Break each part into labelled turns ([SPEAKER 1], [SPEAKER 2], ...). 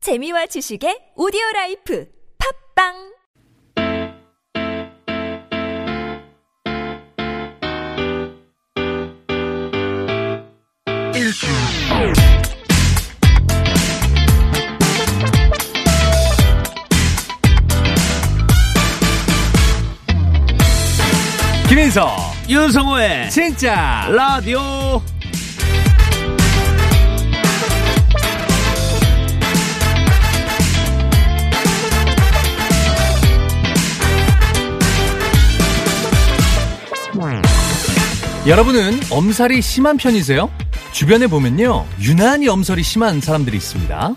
[SPEAKER 1] 재미와 지식의 오디오 라이프 팝빵
[SPEAKER 2] 김인석
[SPEAKER 3] 윤성호의
[SPEAKER 2] 진짜
[SPEAKER 3] 라디오
[SPEAKER 2] 여러분은 엄살이 심한 편이세요? 주변에 보면요 유난히 엄살이 심한 사람들이 있습니다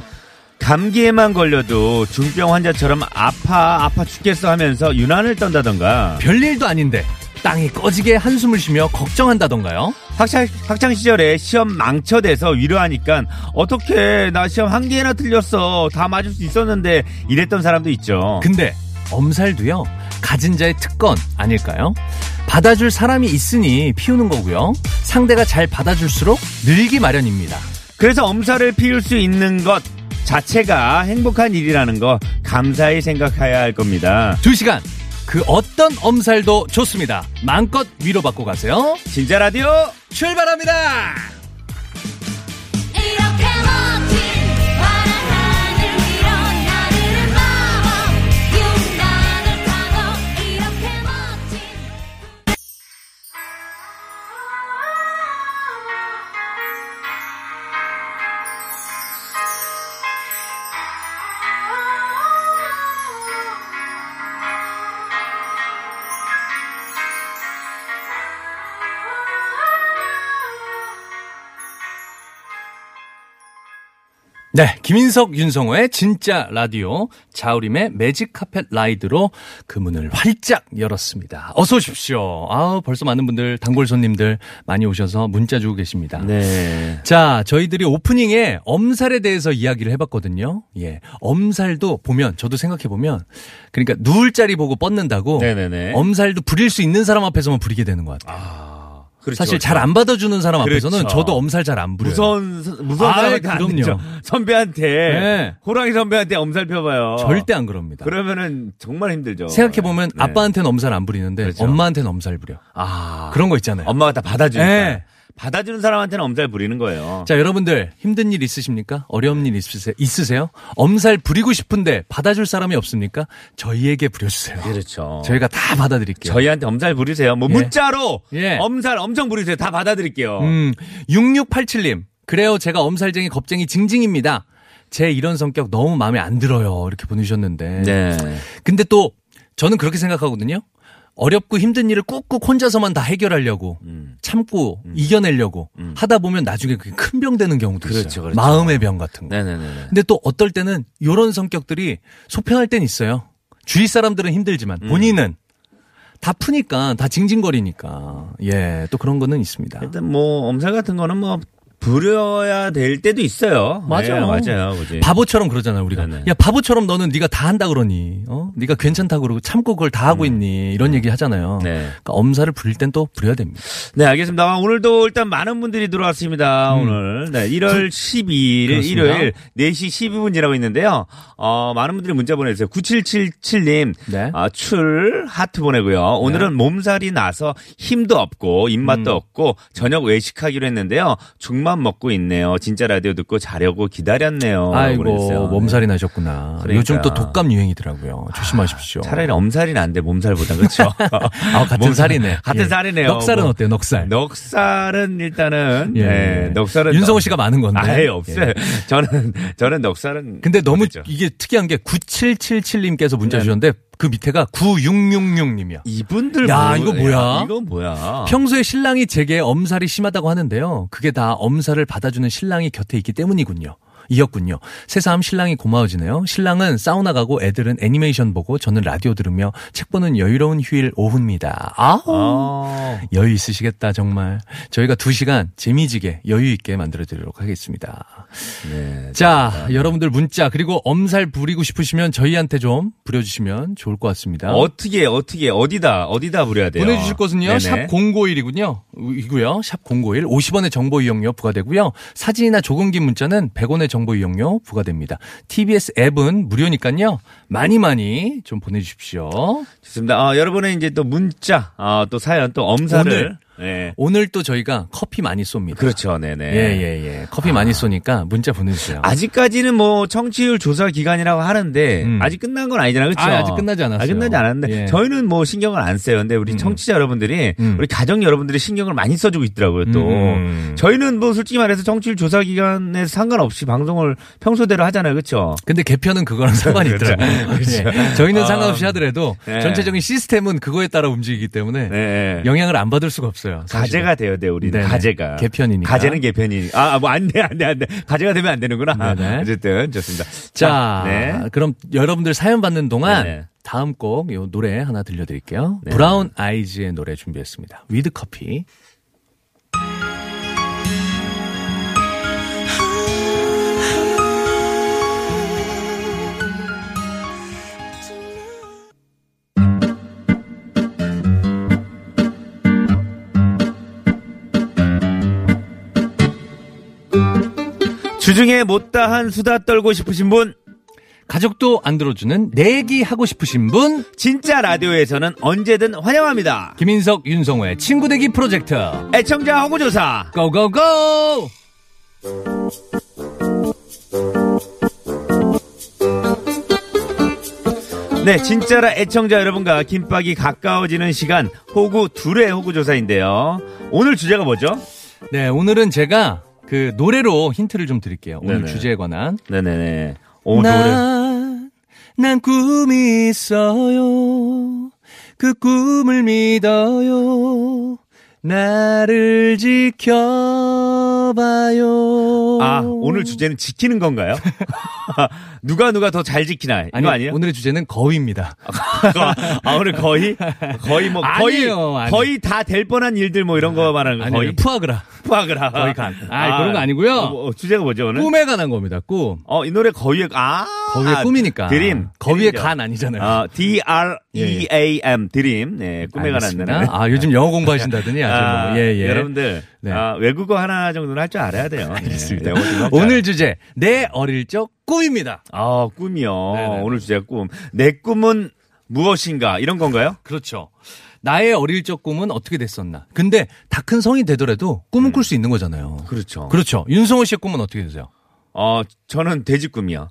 [SPEAKER 3] 감기에만 걸려도 중병 환자처럼 아파 아파 죽겠어 하면서 유난을 떤다던가
[SPEAKER 2] 별일도 아닌데 땅이 꺼지게 한숨을 쉬며 걱정한다던가요
[SPEAKER 3] 학창, 학창 시절에 시험 망쳐대서 위로하니까 어떻게 나 시험 한 개나 틀렸어 다 맞을 수 있었는데 이랬던 사람도 있죠
[SPEAKER 2] 근데 엄살도요 가진 자의 특권 아닐까요? 받아줄 사람이 있으니 피우는 거고요 상대가 잘 받아줄수록 늘기 마련입니다
[SPEAKER 3] 그래서 엄살을 피울 수 있는 것 자체가 행복한 일이라는 거 감사히 생각해야 할 겁니다
[SPEAKER 2] 두시간그 어떤 엄살도 좋습니다 마음껏 위로받고 가세요
[SPEAKER 3] 진짜 라디오
[SPEAKER 2] 출발합니다
[SPEAKER 4] 이렇게 멋진 파란 하늘 위로 나르는 마법 용단을 타고 이렇게 멋진
[SPEAKER 2] 네, 김인석, 윤성호의 진짜 라디오 자우림의 매직 카펫 라이드로 그 문을 활짝 열었습니다. 어서 오십시오. 아, 벌써 많은 분들 단골 손님들 많이 오셔서 문자 주고 계십니다.
[SPEAKER 3] 네
[SPEAKER 2] 자, 저희들이 오프닝에 엄살에 대해서 이야기를 해봤거든요. 예, 엄살도 보면 저도 생각해 보면 그러니까 누울 자리 보고 뻗는다고
[SPEAKER 3] 네네네.
[SPEAKER 2] 엄살도 부릴 수 있는 사람 앞에서만 부리게 되는 것 같아요. 사실 잘 안 받아주는 사람 앞에서는
[SPEAKER 3] 그렇죠.
[SPEAKER 2] 저도 엄살 잘 안 부려요.
[SPEAKER 3] 무서운 선- 무서운
[SPEAKER 2] 아이,
[SPEAKER 3] 사람한테 안
[SPEAKER 2] 그럼요.
[SPEAKER 3] 되죠. 선배한테
[SPEAKER 2] 네.
[SPEAKER 3] 호랑이 선배한테 엄살 펴봐요.
[SPEAKER 2] 절대 안 그럽니다.
[SPEAKER 3] 그렇죠. 그러면은 정말 힘들죠.
[SPEAKER 2] 생각해 보면
[SPEAKER 3] 네.
[SPEAKER 2] 아빠한테는 엄살 안 부리는데
[SPEAKER 3] 그렇죠.
[SPEAKER 2] 엄마한테는 엄살 부려.
[SPEAKER 3] 아
[SPEAKER 2] 그런 거 있잖아요.
[SPEAKER 3] 엄마가 다 받아주니까
[SPEAKER 2] 네.
[SPEAKER 3] 받아주는 사람한테는 엄살 부리는 거예요.
[SPEAKER 2] 자, 여러분들 힘든 일 있으십니까? 어려운
[SPEAKER 3] 네.
[SPEAKER 2] 일 있으세요? 있으세요? 엄살 부리고 싶은데 받아줄 사람이 없습니까? 저희에게 부려주세요.
[SPEAKER 3] 그렇죠.
[SPEAKER 2] 저희가 다 받아드릴게요.
[SPEAKER 3] 저희한테 엄살 부리세요. 뭐
[SPEAKER 2] 예.
[SPEAKER 3] 문자로
[SPEAKER 2] 예.
[SPEAKER 3] 엄살 엄청 부리세요. 다 받아드릴게요.
[SPEAKER 2] 음, 6687님. 그래요. 제가 엄살쟁이 겁쟁이 징징입니다. 제 이런 성격 너무 마음에 안 들어요. 이렇게 보내주셨는데.
[SPEAKER 3] 네.
[SPEAKER 2] 근데 또 저는 그렇게 생각하거든요. 어렵고 힘든 일을 꾹꾹 혼자서만 다 해결하려고
[SPEAKER 3] 음.
[SPEAKER 2] 참고 이겨내려고 하다 보면 나중에 그게 큰 병 되는 경우도
[SPEAKER 3] 그렇죠,
[SPEAKER 2] 있어요.
[SPEAKER 3] 그렇죠.
[SPEAKER 2] 마음의 병 같은 거.
[SPEAKER 3] 네네네.
[SPEAKER 2] 근데 또 어떨 때는 요런 성격들이 소평할 땐 있어요. 주위 사람들은 힘들지만
[SPEAKER 3] 음.
[SPEAKER 2] 본인은 다 푸니까 다 징징거리니까 예, 또 그런 거는 있습니다.
[SPEAKER 3] 일단 뭐 엄살 같은 거는 뭐 부려야 될 때도 있어요. 네,
[SPEAKER 2] 맞아요.
[SPEAKER 3] 맞아요. 그지.
[SPEAKER 2] 바보처럼 그러잖아요 우리가
[SPEAKER 3] 네네.
[SPEAKER 2] 야 바보처럼 너는 네가 다 한다 그러니 어 네가 괜찮다 그러고 참고 그걸 다 하고 있니 이런 얘기 하잖아요
[SPEAKER 3] 음. 네.
[SPEAKER 2] 그러니까 엄살을 부릴 땐 또 부려야 됩니다
[SPEAKER 3] 네, 알겠습니다. 아, 오늘도 일단 많은 분들이 들어왔습니다. 오늘. 네, 1월 12일,
[SPEAKER 2] 음. 그렇습니다.
[SPEAKER 3] 일요일 4시 12분이라고 있는데요. 어, 많은 분들이 문자 보내주세요. 9777님.
[SPEAKER 2] 네.
[SPEAKER 3] 아, 출, 하트 보내고요. 오늘은 몸살이 나서 힘도 없고, 입맛도
[SPEAKER 2] 음.
[SPEAKER 3] 없고, 저녁 외식하기로 했는데요. 죽만 먹고 있네요. 진짜 라디오 듣고 자려고 어, 기다렸네요.
[SPEAKER 2] 아이고
[SPEAKER 3] 보내주세요.
[SPEAKER 2] 몸살이 나셨구나
[SPEAKER 3] 그러니까. 아,
[SPEAKER 2] 요즘 또 독감 유행이더라고요 조심하십시오
[SPEAKER 3] 네. 차라리 엄살이 난데 몸살보다 그렇죠.
[SPEAKER 2] 아, 같은 살이네
[SPEAKER 3] 같은
[SPEAKER 2] 예.
[SPEAKER 3] 살이네요.
[SPEAKER 2] 넉살은
[SPEAKER 3] 뭐.
[SPEAKER 2] 어때요 넉살
[SPEAKER 3] 넉살은 일단은 예, 넉살은
[SPEAKER 2] 윤성호 씨가 많은 건데
[SPEAKER 3] 아예 없어요.
[SPEAKER 2] 예.
[SPEAKER 3] 저는 저는 넉살은
[SPEAKER 2] 근데 너무
[SPEAKER 3] 모르죠. 네.
[SPEAKER 2] 이게 특이한 게 9777님께서 문자 주셨는데 그 밑에가 9666님이야
[SPEAKER 3] 이분들
[SPEAKER 2] 야, 이거 뭐야?
[SPEAKER 3] 이거 뭐야?
[SPEAKER 2] 평소에 신랑이 제게 엄살이 심하다고 하는데요. 그게 다 엄살을 받아주는 신랑이 곁에 있기 때문이군요. 이었군요. 새삼 신랑이 고마워지네요. 신랑은 사우나 가고 애들은 애니메이션 보고 저는 라디오 들으며 책 보는 여유로운 휴일 오후입니다. 아우.
[SPEAKER 3] 아,
[SPEAKER 2] 여유 있으시겠다 정말. 저희가 두 시간 재미지게 여유 있게 만들어 드리도록 하겠습니다.
[SPEAKER 3] 네.
[SPEAKER 2] 자, 여러분들 문자 그리고 엄살 부리고 싶으시면 저희한테 좀 부려주시면 좋을 것 같습니다.
[SPEAKER 3] 어떻게 어떻게 어디다 어디다 부려야 돼요?
[SPEAKER 2] 보내주실 곳은요.
[SPEAKER 3] 네네.
[SPEAKER 2] 샵 051이군요. 이고요. 샵 051. 50원의 정보 이용료 부과되고요. 사진이나 조금 긴 문자는 100원의 정보 이용료 부과됩니다. TBS 앱은 무료니까요. 많이 많이 좀 보내주십시오.
[SPEAKER 3] 좋습니다. 어, 여러분의 이제 또 문자, 어, 또 사연, 또 엄사를. 예.
[SPEAKER 2] 오늘 또 저희가 커피 많이 쏩니다.
[SPEAKER 3] 그렇죠. 네네.
[SPEAKER 2] 예예예. 커피 많이 쏘니까 문자 보내주세요.
[SPEAKER 3] 아직까지는 뭐 청취율 조사 기간이라고 하는데
[SPEAKER 2] 음.
[SPEAKER 3] 아직 끝난 건 아니잖아요. 그렇죠?
[SPEAKER 2] 아, 아직 끝나지 않았어요.
[SPEAKER 3] 아, 끝나지 않았는데
[SPEAKER 2] 예.
[SPEAKER 3] 저희는 뭐 신경을 안 써요. 근데 우리 청취자 여러분들이
[SPEAKER 2] 음.
[SPEAKER 3] 우리 가정 여러분들이 신경을 많이 써주고 있더라고요. 또
[SPEAKER 2] 음.
[SPEAKER 3] 저희는 뭐 솔직히 말해서 청취율 조사 기간에 상관없이 방송을 평소대로 하잖아요. 그렇죠?
[SPEAKER 2] 근데 개편은 그거랑 상관이
[SPEAKER 3] 그렇죠.
[SPEAKER 2] 있더라고요.
[SPEAKER 3] 그렇죠.
[SPEAKER 2] 예. 저희는
[SPEAKER 3] 아,
[SPEAKER 2] 상관없이 하더라도
[SPEAKER 3] 네.
[SPEAKER 2] 전체적인 시스템은 그거에 따라 움직이기 때문에
[SPEAKER 3] 네.
[SPEAKER 2] 영향을 안 받을 수가 없어요. 사실은.
[SPEAKER 3] 가제가 돼야 돼 우리는
[SPEAKER 2] 네네.
[SPEAKER 3] 가제가
[SPEAKER 2] 개편이니까.
[SPEAKER 3] 가제는 개편이 아, 아뭐안돼안돼안돼 가제가 되면 안 되는구나
[SPEAKER 2] 네네.
[SPEAKER 3] 어쨌든 좋습니다
[SPEAKER 2] 자,
[SPEAKER 3] 네.
[SPEAKER 2] 그럼 여러분들 사연 받는 동안
[SPEAKER 3] 네네.
[SPEAKER 2] 다음 곡 요 노래 하나 들려드릴게요.
[SPEAKER 3] 네.
[SPEAKER 2] 브라운 아이즈의 노래 준비했습니다. 위드 커피.
[SPEAKER 3] 주중에 못다한 수다 떨고 싶으신 분
[SPEAKER 2] 가족도 안 들어주는 내기 하고 싶으신 분
[SPEAKER 3] 진짜 라디오에서는 언제든 환영합니다.
[SPEAKER 2] 김인석 윤성호의 친구 대기 프로젝트
[SPEAKER 3] 애청자 호구조사.
[SPEAKER 2] 고고고
[SPEAKER 3] 네, 진짜라 애청자 여러분과 김밥이 가까워지는 시간 호구 둘의 호구조사인데요. 오늘 주제가 뭐죠?
[SPEAKER 2] 네 오늘은 제가 그 노래로 힌트를 좀 드릴게요 오늘
[SPEAKER 3] 네네.
[SPEAKER 2] 주제에 관한
[SPEAKER 3] 네네네. 오, 노래.
[SPEAKER 2] 난, 난 꿈이 있어요. 그 꿈을 믿어요. 나를 지켜봐요.
[SPEAKER 3] 아, 오늘 주제는 지키는 건가요? 누가 누가 더 잘 지키나? 이거
[SPEAKER 2] 아니요,
[SPEAKER 3] 아니에요?
[SPEAKER 2] 오늘의 주제는 거위입니다.
[SPEAKER 3] 아, 오늘 거의? 거의 뭐, 거의,
[SPEAKER 2] 아니에요, 아니에요.
[SPEAKER 3] 거의 다 될 뻔한 일들 뭐 이런 거 말하는 거.
[SPEAKER 2] 아니,
[SPEAKER 3] 거의
[SPEAKER 2] 거의 푸아그라.
[SPEAKER 3] 푸악을
[SPEAKER 2] 거의 간. 아이, 그런 거 아니고요.
[SPEAKER 3] 주제가 뭐죠, 오늘?
[SPEAKER 2] 꿈에 관한 겁니다. 꿈.
[SPEAKER 3] 어, 이 노래 거위의, 아.
[SPEAKER 2] 거위의 꿈이니까.
[SPEAKER 3] 드림.
[SPEAKER 2] 거위의
[SPEAKER 3] 드림이죠.
[SPEAKER 2] 간 아니잖아요.
[SPEAKER 3] 아, D R E A M 드림. 네, 꿈에 관한
[SPEAKER 2] 알겠습니다.
[SPEAKER 3] 노래.
[SPEAKER 2] 아, 요즘 영어 공부하신다더니 아주
[SPEAKER 3] 아,
[SPEAKER 2] 뭐, 예, 예.
[SPEAKER 3] 여러분들
[SPEAKER 2] 네.
[SPEAKER 3] 아, 외국어 하나 정도는 할 줄 알아야 돼요.
[SPEAKER 2] 알겠습니다.
[SPEAKER 3] 네, 영어 좀 할줄 알아야
[SPEAKER 2] 오늘 주제, 내 어릴 적 꿈입니다.
[SPEAKER 3] 아 꿈이요.
[SPEAKER 2] 네네네.
[SPEAKER 3] 오늘 주제 꿈. 내 꿈은 무엇인가 이런 건가요?
[SPEAKER 2] 그렇죠. 나의 어릴 적 꿈은 어떻게 됐었나. 근데 다 큰 성이 되더라도 꿈은 꿀 수 있는 거잖아요.
[SPEAKER 3] 그렇죠.
[SPEAKER 2] 음. 그렇죠. 윤성호 씨의 꿈은 어떻게 되세요?
[SPEAKER 3] 어 저는 돼지 꿈이요.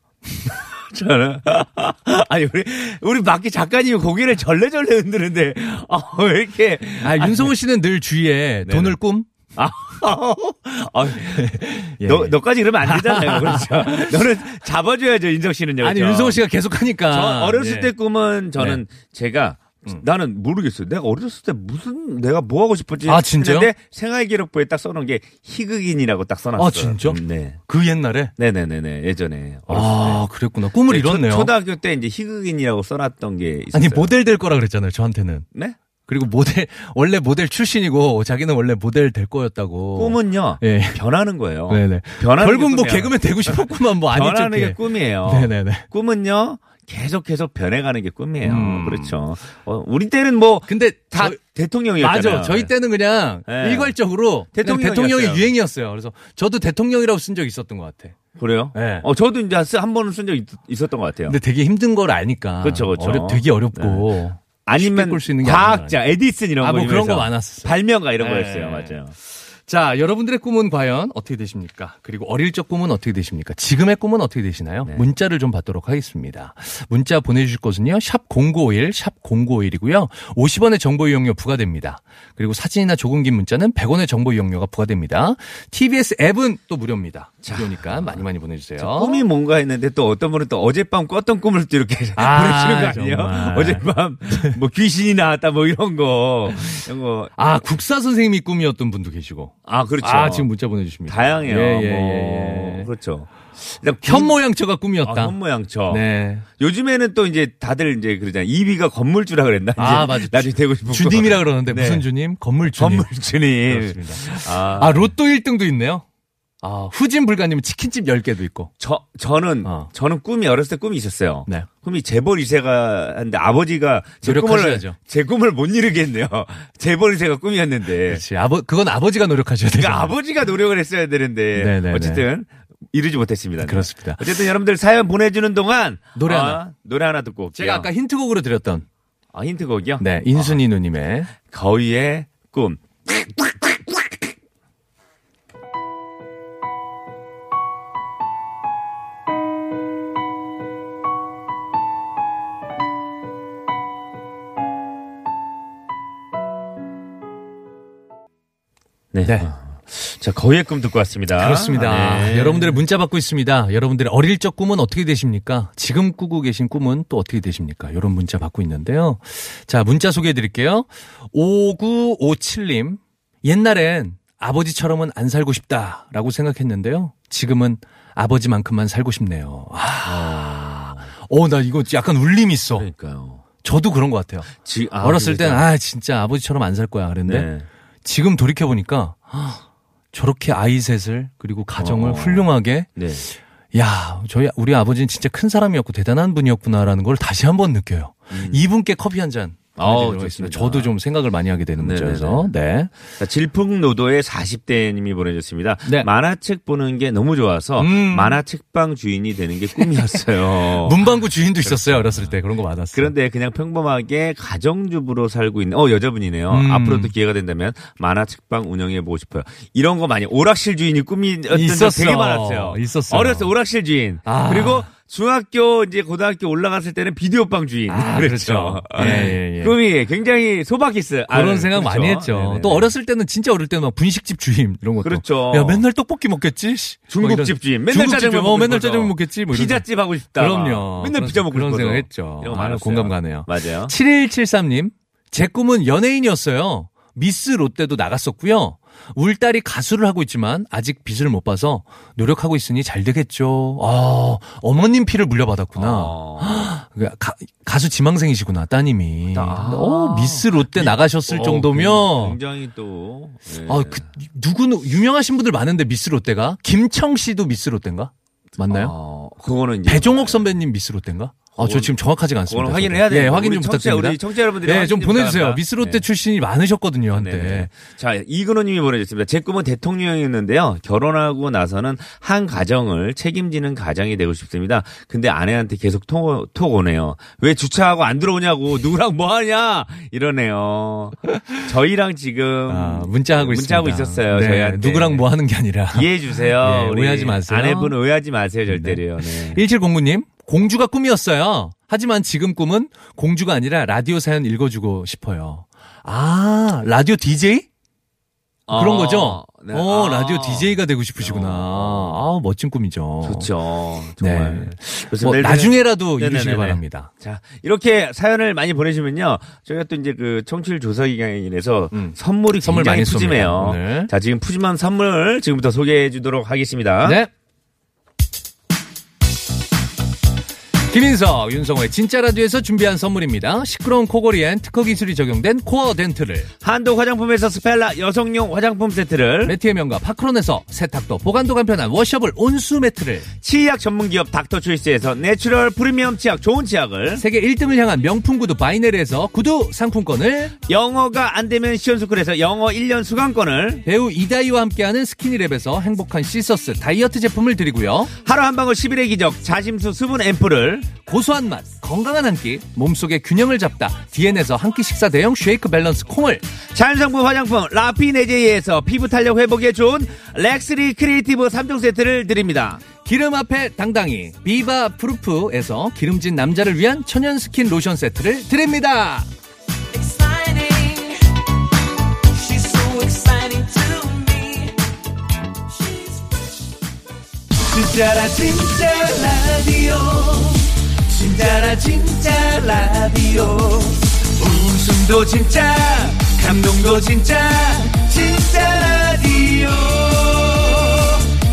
[SPEAKER 3] 저는 아니 우리 우리 밖에 작가님이 고개를 절레절레 흔드는데 아, 왜 이렇게
[SPEAKER 2] 아, 윤성호 씨는 늘 주위에 돈을 꿈?
[SPEAKER 3] 아, 아,
[SPEAKER 2] 예.
[SPEAKER 3] 너 너까지 이러면 안 되잖아요. 그렇죠. 너는 잡아줘야죠 인석 씨는요.
[SPEAKER 2] 아니,
[SPEAKER 3] 그렇죠?
[SPEAKER 2] 윤성호 씨가 계속 하니까.
[SPEAKER 3] 저 어렸을
[SPEAKER 2] 예. 네. 음.
[SPEAKER 3] 때 꿈은 저는 제가 나는 모르겠어요. 내가 어렸을 때 무슨 내가 뭐 하고 싶었지?
[SPEAKER 2] 아, 진짜요?
[SPEAKER 3] 근데 생활 기록부에 딱 써놓은 게 희극인이라고 딱 써놨어요.
[SPEAKER 2] 아, 진짜?
[SPEAKER 3] 음, 네.
[SPEAKER 2] 그 옛날에?
[SPEAKER 3] 네네네네 예전에 어렸을
[SPEAKER 2] 아, 그랬구나.
[SPEAKER 3] 때.
[SPEAKER 2] 꿈을
[SPEAKER 3] 네,
[SPEAKER 2] 잃었네요.
[SPEAKER 3] 초, 초등학교 때 이제 희극인이라고 써놨던 게 있었어요.
[SPEAKER 2] 아니, 뭐- 모델 될 거라 그랬잖아요, 저한테는.
[SPEAKER 3] 네?
[SPEAKER 2] 그리고 모델, 원래 모델 출신이고, 자기는 원래 모델 될 거였다고.
[SPEAKER 3] 꿈은요
[SPEAKER 2] 예.
[SPEAKER 3] 변하는 거예요.
[SPEAKER 2] 네네.
[SPEAKER 3] 변하는
[SPEAKER 2] 결국 뭐
[SPEAKER 3] 꿈이에요.
[SPEAKER 2] 개그맨 되고 싶었구만, 뭐 아니죠.
[SPEAKER 3] 변하는 게
[SPEAKER 2] 그게.
[SPEAKER 3] 꿈이에요.
[SPEAKER 2] 네네네.
[SPEAKER 3] 꿈은요 계속 계속 변해가는 게 꿈이에요.
[SPEAKER 2] 음.
[SPEAKER 3] 그렇죠. 어, 우리 때는 뭐 다
[SPEAKER 2] 근데 다
[SPEAKER 3] 대통령이었잖아요.
[SPEAKER 2] 맞아. 저희 때는 그냥
[SPEAKER 3] 예.
[SPEAKER 2] 일괄적으로 그냥
[SPEAKER 3] 대통령이었어요.
[SPEAKER 2] 대통령이 유행이었어요. 그래서 저도 대통령이라고 쓴 적이 있었던 것 같아.
[SPEAKER 3] 그래요?
[SPEAKER 2] 네.
[SPEAKER 3] 어, 저도 이제 쓰- 한 번은 쓴 적 있었던 것 같아요.
[SPEAKER 2] 근데 되게 힘든 걸 아니까.
[SPEAKER 3] 그렇죠, 그쵸, 그쵸.
[SPEAKER 2] 어려- 되게 어렵고.
[SPEAKER 3] 네. 아니면
[SPEAKER 2] 꿀수 있는 게
[SPEAKER 3] 과학자, 에디슨 이런
[SPEAKER 2] 아,
[SPEAKER 3] 거.
[SPEAKER 2] 뭐 그런 거
[SPEAKER 3] 유명해서.
[SPEAKER 2] 많았었어요.
[SPEAKER 3] 발명가 이런
[SPEAKER 2] 네.
[SPEAKER 3] 거였어요. 맞아요.
[SPEAKER 2] 자, 여러분들의 꿈은 과연 어떻게 되십니까? 그리고 어릴 적 꿈은 어떻게 되십니까? 지금의 꿈은 어떻게 되시나요?
[SPEAKER 3] 네.
[SPEAKER 2] 문자를 좀 받도록 하겠습니다. 문자 보내주실 곳은요, 샵0951, 샵0951이고요. 50원의 정보 이용료 부과됩니다. 그리고 사진이나 조금 긴 문자는 100원의 정보 이용료가 부과됩니다. TBS 앱은 또 무료입니다. 무료니까 많이 많이 보내주세요.
[SPEAKER 3] 꿈이 뭔가 했는데 또 어떤 분은 또 어젯밤 꿨던 꿈을 또 이렇게
[SPEAKER 2] 아,
[SPEAKER 3] 보내시는 거 아니에요?
[SPEAKER 2] 정말.
[SPEAKER 3] 어젯밤 뭐 귀신이 나왔다 뭐 이런 거. 이런 거.
[SPEAKER 2] 아, 국사 선생님이 꿈이었던 분도 계시고.
[SPEAKER 3] 아, 그렇죠.
[SPEAKER 2] 아, 지금 문자 보내주십니다.
[SPEAKER 3] 다양해요.
[SPEAKER 2] 예, 예,
[SPEAKER 3] 뭐.
[SPEAKER 2] 예, 예.
[SPEAKER 3] 그렇죠. 일단
[SPEAKER 2] 현모양처가
[SPEAKER 3] 아,
[SPEAKER 2] 꿈이었다.
[SPEAKER 3] 현모양처.
[SPEAKER 2] 네.
[SPEAKER 3] 요즘에는 또 이제 다들 이제 그러잖아요. 이비가 건물주라 그랬나? 이제
[SPEAKER 2] 아, 맞아.
[SPEAKER 3] 나중에 되고 싶은
[SPEAKER 2] 주님이라 그러는데
[SPEAKER 3] 네.
[SPEAKER 2] 무슨 주님? 건물 주님. 네. 예.
[SPEAKER 3] 건물주님.
[SPEAKER 2] 그렇습니다.
[SPEAKER 3] 아,
[SPEAKER 2] 아, 로또 1등도 있네요. 아, 후진 불가님 은 치킨집 10개도 있고.
[SPEAKER 3] 저 저는
[SPEAKER 2] 어.
[SPEAKER 3] 저는 꿈이 어렸을 때 꿈이 있었어요.
[SPEAKER 2] 네.
[SPEAKER 3] 꿈이 재벌 이세가 한데 아버지가 제 꿈을
[SPEAKER 2] 노력하셔야죠.
[SPEAKER 3] 제 꿈을 못 이루겠네요. 재벌 이세가 꿈이었는데
[SPEAKER 2] 네. 그렇지. 아버 그건 아버지가 노력하셔야 돼요.
[SPEAKER 3] 그러니까 아버지가 노력을 했어야 되는데
[SPEAKER 2] 네네네.
[SPEAKER 3] 어쨌든 이루지 못했습니다. 네.
[SPEAKER 2] 그렇습니다.
[SPEAKER 3] 어쨌든 여러분들 사연 보내주는 동안
[SPEAKER 2] 노래
[SPEAKER 3] 아,
[SPEAKER 2] 하나.
[SPEAKER 3] 노래 하나 듣고 올게요.
[SPEAKER 2] 제가 아까 힌트곡으로 드렸던
[SPEAKER 3] 아, 힌트곡이요.
[SPEAKER 2] 네 인순이 누님의
[SPEAKER 3] 거위의 꿈. 네.
[SPEAKER 2] 네.
[SPEAKER 3] 어, 자, 거위의 꿈 듣고 왔습니다.
[SPEAKER 2] 그렇습니다.
[SPEAKER 3] 네.
[SPEAKER 2] 여러분들의 문자 받고 있습니다. 여러분들의 어릴 적 꿈은 어떻게 되십니까? 지금 꾸고 계신 꿈은 또 어떻게 되십니까? 이런 문자 받고 있는데요. 자, 문자 소개해 드릴게요. 5957님. 옛날엔 아버지처럼은 안 살고 싶다라고 생각했는데요. 지금은 아버지만큼만 살고 싶네요. 아. 어, 나 이거 약간 울림 있어.
[SPEAKER 3] 그러니까요.
[SPEAKER 2] 저도 그런 것 같아요.
[SPEAKER 3] 지- 네. 아,
[SPEAKER 2] 어렸을 땐,
[SPEAKER 3] 그러니까.
[SPEAKER 2] 아, 진짜 아버지처럼 안 살 거야. 그랬는데,
[SPEAKER 3] 네.
[SPEAKER 2] 지금 돌이켜보니까, 아, 저렇게 아이 셋을, 그리고 가정을
[SPEAKER 3] 어.
[SPEAKER 2] 훌륭하게,
[SPEAKER 3] 네.
[SPEAKER 2] 야, 저희, 우리 아버지는 진짜 큰 사람이었고, 대단한 분이었구나라는 걸 다시 한번 느껴요. 이분께 커피 한 잔.
[SPEAKER 3] 어우,
[SPEAKER 2] 보내드리도록 하겠습니다.
[SPEAKER 3] 음. 좋습니다.
[SPEAKER 2] 저도 좀 생각을 많이 하게 되는 문제여서, 네.
[SPEAKER 3] 자, 질풍노도의 40대님이 보내줬습니다.
[SPEAKER 2] 네.
[SPEAKER 3] 만화책 보는 게 너무 좋아서
[SPEAKER 2] 음.
[SPEAKER 3] 만화책방 주인이 되는 게 꿈이었어요. 그렇죠.
[SPEAKER 2] 문방구 주인도 있었어요, 어렸을 때. 그런 거 받았어요.
[SPEAKER 3] 그런데 그냥 평범하게 가정주부로 살고 있는 어 여자분이네요.
[SPEAKER 2] 음.
[SPEAKER 3] 앞으로도 기회가 된다면 만화책방 운영해 보고 싶어요. 이런 거 많이 오락실 주인이 꿈이었던 적
[SPEAKER 2] 있었어.
[SPEAKER 3] 되게 많았어요.
[SPEAKER 2] 있었어요.
[SPEAKER 3] 어렸을 때 오락실 주인.
[SPEAKER 2] 아.
[SPEAKER 3] 그리고 중학교 이제 고등학교 올라갔을 때는 비디오방 주인.
[SPEAKER 2] 아, 그렇죠. 예, 예, 예.
[SPEAKER 3] 꿈이 굉장히 소박했어요. 아,
[SPEAKER 2] 그런 생각
[SPEAKER 3] 그렇죠.
[SPEAKER 2] 많이 했죠.
[SPEAKER 3] 네네네.
[SPEAKER 2] 또 어렸을 때는 진짜 어릴 때는 막 분식집 주인 이런 것도.
[SPEAKER 3] 그렇죠.
[SPEAKER 2] 야 맨날 떡볶이 먹겠지. 씨. 막뭐 이런-
[SPEAKER 3] 중국집 주인. 맨날
[SPEAKER 2] 중국집
[SPEAKER 3] 짜장면
[SPEAKER 2] 주인, 어,
[SPEAKER 3] 먹고
[SPEAKER 2] 맨날
[SPEAKER 3] 싶어서.
[SPEAKER 2] 짜장면 먹겠지. 뭐 이런
[SPEAKER 3] 피자집 하고 싶다.
[SPEAKER 2] 그럼요.
[SPEAKER 3] 맨날
[SPEAKER 2] 그런-
[SPEAKER 3] 피자 먹고
[SPEAKER 2] 그런
[SPEAKER 3] 싶어서.
[SPEAKER 2] 생각 했죠.
[SPEAKER 3] 이런 거
[SPEAKER 2] 아,
[SPEAKER 3] 많았어요.
[SPEAKER 2] 공감 가네요.
[SPEAKER 3] 맞아요.
[SPEAKER 2] 7173님, 제 꿈은 연예인이었어요. 미스 롯데도 나갔었고요. 울 딸이 가수를 하고 있지만 아직 빚을 못 봐서 노력하고 있으니 잘 되겠죠. 아, 어머님 피를 물려받았구나.
[SPEAKER 3] 어.
[SPEAKER 2] 그 가, 가수 지망생이시구나 따님이.
[SPEAKER 3] 아.
[SPEAKER 2] 어 미스 롯데 나가셨을
[SPEAKER 3] 어,
[SPEAKER 2] 정도면.
[SPEAKER 3] 굉장히 또. 예.
[SPEAKER 2] 아, 그, 누구는, 유명하신 분들 많은데, 미스 롯데가? 김청 씨도 미스 롯데인가? 맞나요?
[SPEAKER 3] 어, 그거는 이제.
[SPEAKER 2] 배종옥 선배님 미스 롯데인가? 아, 저
[SPEAKER 3] 그건-
[SPEAKER 2] 지금 정확하지가 않습니다.
[SPEAKER 3] 그거는 확인을
[SPEAKER 2] 저도.
[SPEAKER 3] 해야 돼요.
[SPEAKER 2] 예, 확인
[SPEAKER 3] 우리
[SPEAKER 2] 좀
[SPEAKER 3] 청취자,
[SPEAKER 2] 부탁드립니다.
[SPEAKER 3] 우리 청취자 여러분들이
[SPEAKER 2] 예,
[SPEAKER 3] 확인
[SPEAKER 2] 좀
[SPEAKER 3] 좀
[SPEAKER 2] 보내주세요.
[SPEAKER 3] 부탁합니다.
[SPEAKER 2] 미스 롯데
[SPEAKER 3] 네.
[SPEAKER 2] 출신이 많으셨거든요, 한때.
[SPEAKER 3] 네. 자, 이근호님이 보내주셨습니다. 제 꿈은 대통령이었는데요. 결혼하고 나서는 한 가정을 책임지는 가장이 되고 싶습니다. 근데 아내한테 계속 톡, 톡 오네요. 왜 주차하고 안 들어오냐고 누구랑 뭐하냐 이러네요. 저희랑 지금
[SPEAKER 2] 아, 문자하고 있습니다.
[SPEAKER 3] 음, 문자하고 있었어요.
[SPEAKER 2] 네,
[SPEAKER 3] 저희한테
[SPEAKER 2] 누구랑 뭐 하는 게 아니라.
[SPEAKER 3] 이해해 주세요.
[SPEAKER 2] 예,
[SPEAKER 3] 우리
[SPEAKER 2] 오해하지 마세요.
[SPEAKER 3] 아내분 오해하지 마세요 절대로요. 네.
[SPEAKER 2] 1709님, 공주가 꿈이었어요. 하지만 지금 꿈은 공주가 아니라 라디오 사연 읽어주고 싶어요. 아, 라디오 DJ? 그런
[SPEAKER 3] 어,
[SPEAKER 2] 거죠?
[SPEAKER 3] 네.
[SPEAKER 2] 어,
[SPEAKER 3] 아.
[SPEAKER 2] 라디오 DJ가 되고 싶으시구나.
[SPEAKER 3] 어.
[SPEAKER 2] 아, 멋진 꿈이죠.
[SPEAKER 3] 좋죠.
[SPEAKER 2] 네.
[SPEAKER 3] 정말. 그래서
[SPEAKER 2] 뭐,
[SPEAKER 3] 내일
[SPEAKER 2] 나중에라도
[SPEAKER 3] 네네네네.
[SPEAKER 2] 이루시길 바랍니다.
[SPEAKER 3] 자, 이렇게 사연을 많이 보내시면요. 저희가 또 이제 그 청취율 조사 기간에 인해서
[SPEAKER 2] 음.
[SPEAKER 3] 선물이
[SPEAKER 2] 선물
[SPEAKER 3] 굉장히
[SPEAKER 2] 많이 네. 쏩니다,
[SPEAKER 3] 푸짐해요.
[SPEAKER 2] 오늘.
[SPEAKER 3] 자, 지금 푸짐한 선물 지금부터 소개해 주도록 하겠습니다.
[SPEAKER 2] 네. 김인석, 윤성호의 진짜 라디오에서 준비한 선물입니다. 시끄러운 코골이엔 특허 기술이 적용된 코어 덴트를,
[SPEAKER 3] 한독 화장품에서 스펠라 여성용 화장품 세트를
[SPEAKER 2] 매트의 명가 파크론에서 세탁도 보관도 간편한 워셔블 온수 매트를,
[SPEAKER 3] 치약 전문 기업 닥터 초이스에서 내추럴 프리미엄 치약 좋은 치약을
[SPEAKER 2] 세계 1등을 향한 명품 구두 바이네르에서 구두 상품권을,
[SPEAKER 3] 영어가 안 되면 시원스쿨에서 영어 1년 수강권을
[SPEAKER 2] 배우 이다희와 함께하는 스키니랩에서 행복한 시서스 다이어트 제품을 드리고요.
[SPEAKER 3] 하루 한 방울 11의 기적 자심수 수분 앰플을
[SPEAKER 2] 고소한 맛, 건강한 한 끼, 몸속의 균형을 잡다. DN에서 한 끼 식사 대용 쉐이크 밸런스 콩을,
[SPEAKER 3] 자연성분 화장품 라피네제이에서 피부 탄력 회복에 좋은 렉스리 크리에이티브 3종 세트를 드립니다.
[SPEAKER 2] 기름 앞에 당당히 비바 프루프에서 기름진 남자를 위한 천연 스킨 로션 세트를 드립니다.
[SPEAKER 5] exciting. She's so exciting to me. She's 진짜라 진짜 그 라디오 진짜라 진짜 라디오 웃음도 진짜 감동도 진짜 진짜 라디오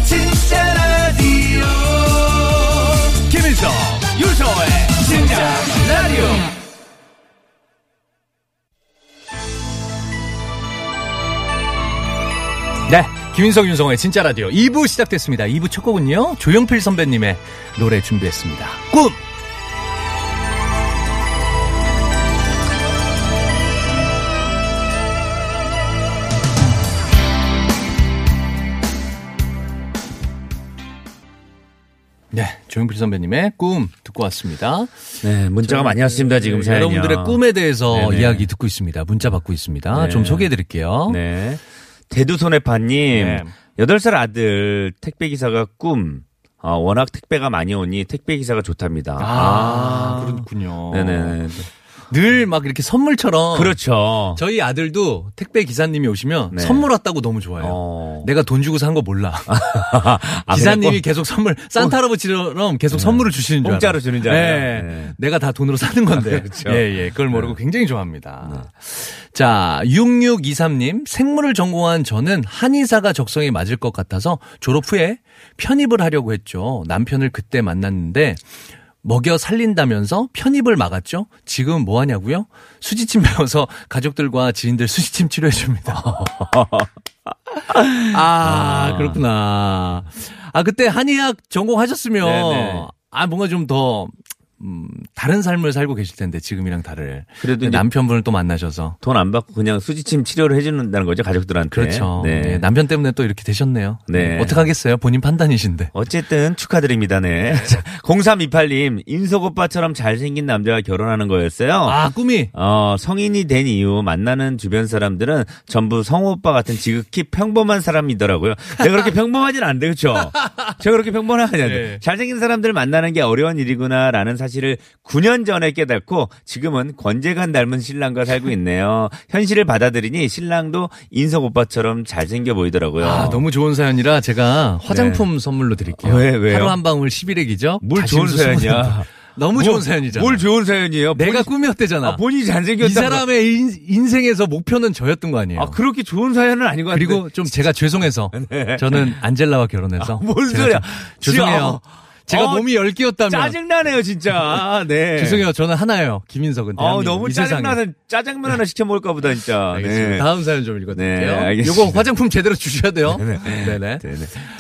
[SPEAKER 5] 진짜 라디오 김일성 유서의 진짜 라디오
[SPEAKER 2] 네. 김인성 윤성호의 진짜 라디오 2부 시작됐습니다. 2부 첫 곡은요. 조영필 선배님의 노래 준비했습니다. 꿈! 네, 조용필 선배님의 꿈 듣고 왔습니다. 네,
[SPEAKER 3] 네, 문자가 많이 왔습니다, 지금 사연이.
[SPEAKER 2] 여러분들의 꿈에 대해서
[SPEAKER 3] 네네.
[SPEAKER 2] 이야기 듣고 있습니다. 문자 받고 있습니다.
[SPEAKER 3] 네.
[SPEAKER 2] 좀 소개해 드릴게요.
[SPEAKER 3] 네. 대두손해파님,
[SPEAKER 2] 네.
[SPEAKER 3] 여덟 살 아들 택배기사가 꿈. 아, 워낙 택배가 많이 오니 택배기사가 좋답니다.
[SPEAKER 2] 아, 어. 그렇군요.
[SPEAKER 3] 네네.
[SPEAKER 2] 늘 막 이렇게 선물처럼
[SPEAKER 3] 그렇죠.
[SPEAKER 2] 저희 아들도 택배 기사님이 오시면
[SPEAKER 3] 네.
[SPEAKER 2] 선물 왔다고 너무 좋아해요.
[SPEAKER 3] 어.
[SPEAKER 2] 내가 돈 주고 산 거 몰라.
[SPEAKER 3] 아,
[SPEAKER 2] 네. 기사님이
[SPEAKER 3] 그냥
[SPEAKER 2] 계속 선물 산타 할아버지처럼 계속 선물을 주시는 줄 알아요.
[SPEAKER 3] 공짜로 주는 줄 알아요.
[SPEAKER 2] 예.
[SPEAKER 3] 네.
[SPEAKER 2] 내가 다 돈으로 사는 건데.
[SPEAKER 3] 그렇죠. 네.
[SPEAKER 2] 예, 예. 그걸 모르고 굉장히 좋아합니다. 자, 6623님. 생물을 전공한 저는 한의사가 적성에 맞을 것 같아서 졸업 후에 편입을 하려고 했죠. 남편을 그때 만났는데 먹여 살린다면서 편입을 막았죠. 지금 뭐 하냐고요? 수지침 배워서 가족들과 지인들 수지침 치료해 줍니다. 아, 그렇구나. 아, 그때 한의학 전공하셨으면,
[SPEAKER 3] 네네.
[SPEAKER 2] 아, 뭔가 좀 더, 음, 다른 삶을 살고 계실 텐데, 지금이랑 다를. 네,
[SPEAKER 3] 그래도 이제-
[SPEAKER 2] 남편분을 또 만나셔서.
[SPEAKER 3] 돈 안 받고 그냥 수지침 치료를 해주는다는 거죠, 가족들한테.
[SPEAKER 2] 그렇죠.
[SPEAKER 3] 네.
[SPEAKER 2] 네, 남편 때문에 또 이렇게 되셨네요.
[SPEAKER 3] 네.
[SPEAKER 2] 어떡하겠어요? 본인 판단이신데.
[SPEAKER 3] 어쨌든 축하드립니다, 네. 0328님, 인석오빠처럼 잘생긴 남자와 결혼하는 거였어요.
[SPEAKER 2] 아, 꿈이.
[SPEAKER 3] 어, 성인이 된 이후 만나는 주변 사람들은 전부 성오빠 같은 지극히 평범한 사람이더라고요. 제가 그렇게 평범하진 않은데, 그쵸? 제가 그렇게 평범하지 않은데.
[SPEAKER 2] 네.
[SPEAKER 3] 잘생긴 사람들을 만나는 게 어려운 일이구나라는 사실을 9년 전에 깨닫고 지금은 권재관 닮은 신랑과 살고 있네요. 현실을 받아들이니 신랑도 인석 오빠처럼 잘생겨 보이더라고요.
[SPEAKER 2] 아, 너무 좋은 사연이라 제가 화장품 선물로 드릴게요.
[SPEAKER 3] 네. 왜, 왜요?
[SPEAKER 2] 하루 한 방울 11액이죠?
[SPEAKER 3] 뭘 좋은 사연이야.
[SPEAKER 2] 너무
[SPEAKER 3] 뭐,
[SPEAKER 2] 좋은 사연이잖아.
[SPEAKER 3] 뭘 좋은 사연이에요?
[SPEAKER 2] 내가
[SPEAKER 3] 본인-
[SPEAKER 2] 꿈이었대잖아.
[SPEAKER 3] 아, 본인이 잘생겼다.
[SPEAKER 2] 이 사람의 인, 생에서 목표는 저였던 거 아니에요?
[SPEAKER 3] 아, 그렇게 좋은 사연은 아닌 것 같아요.
[SPEAKER 2] 그리고 좀 제가 죄송해서 저는 안젤라와 결혼해서
[SPEAKER 3] 아, 뭔
[SPEAKER 2] 제가
[SPEAKER 3] 소리야.
[SPEAKER 2] 좀 죄송해요.
[SPEAKER 3] 지금-
[SPEAKER 2] 제가
[SPEAKER 3] 어,
[SPEAKER 2] 몸이 열 개였다면
[SPEAKER 3] 짜증나네요, 진짜. 아, 네.
[SPEAKER 2] 죄송해요. 저는 하나예요. 김인석은
[SPEAKER 3] 아,
[SPEAKER 2] 대한민국
[SPEAKER 3] 너무
[SPEAKER 2] 이 세상에. 네,
[SPEAKER 3] 짜증나서 짜장면 하나 시켜 먹을까 보다, 진짜.
[SPEAKER 2] 알겠습니다. 다음 사연 좀
[SPEAKER 3] 네,
[SPEAKER 2] 읽어드릴게요.
[SPEAKER 3] 알겠습니다.
[SPEAKER 2] 요거 화장품 제대로 주셔야 돼요.
[SPEAKER 3] 네,
[SPEAKER 2] 네네.
[SPEAKER 3] 네.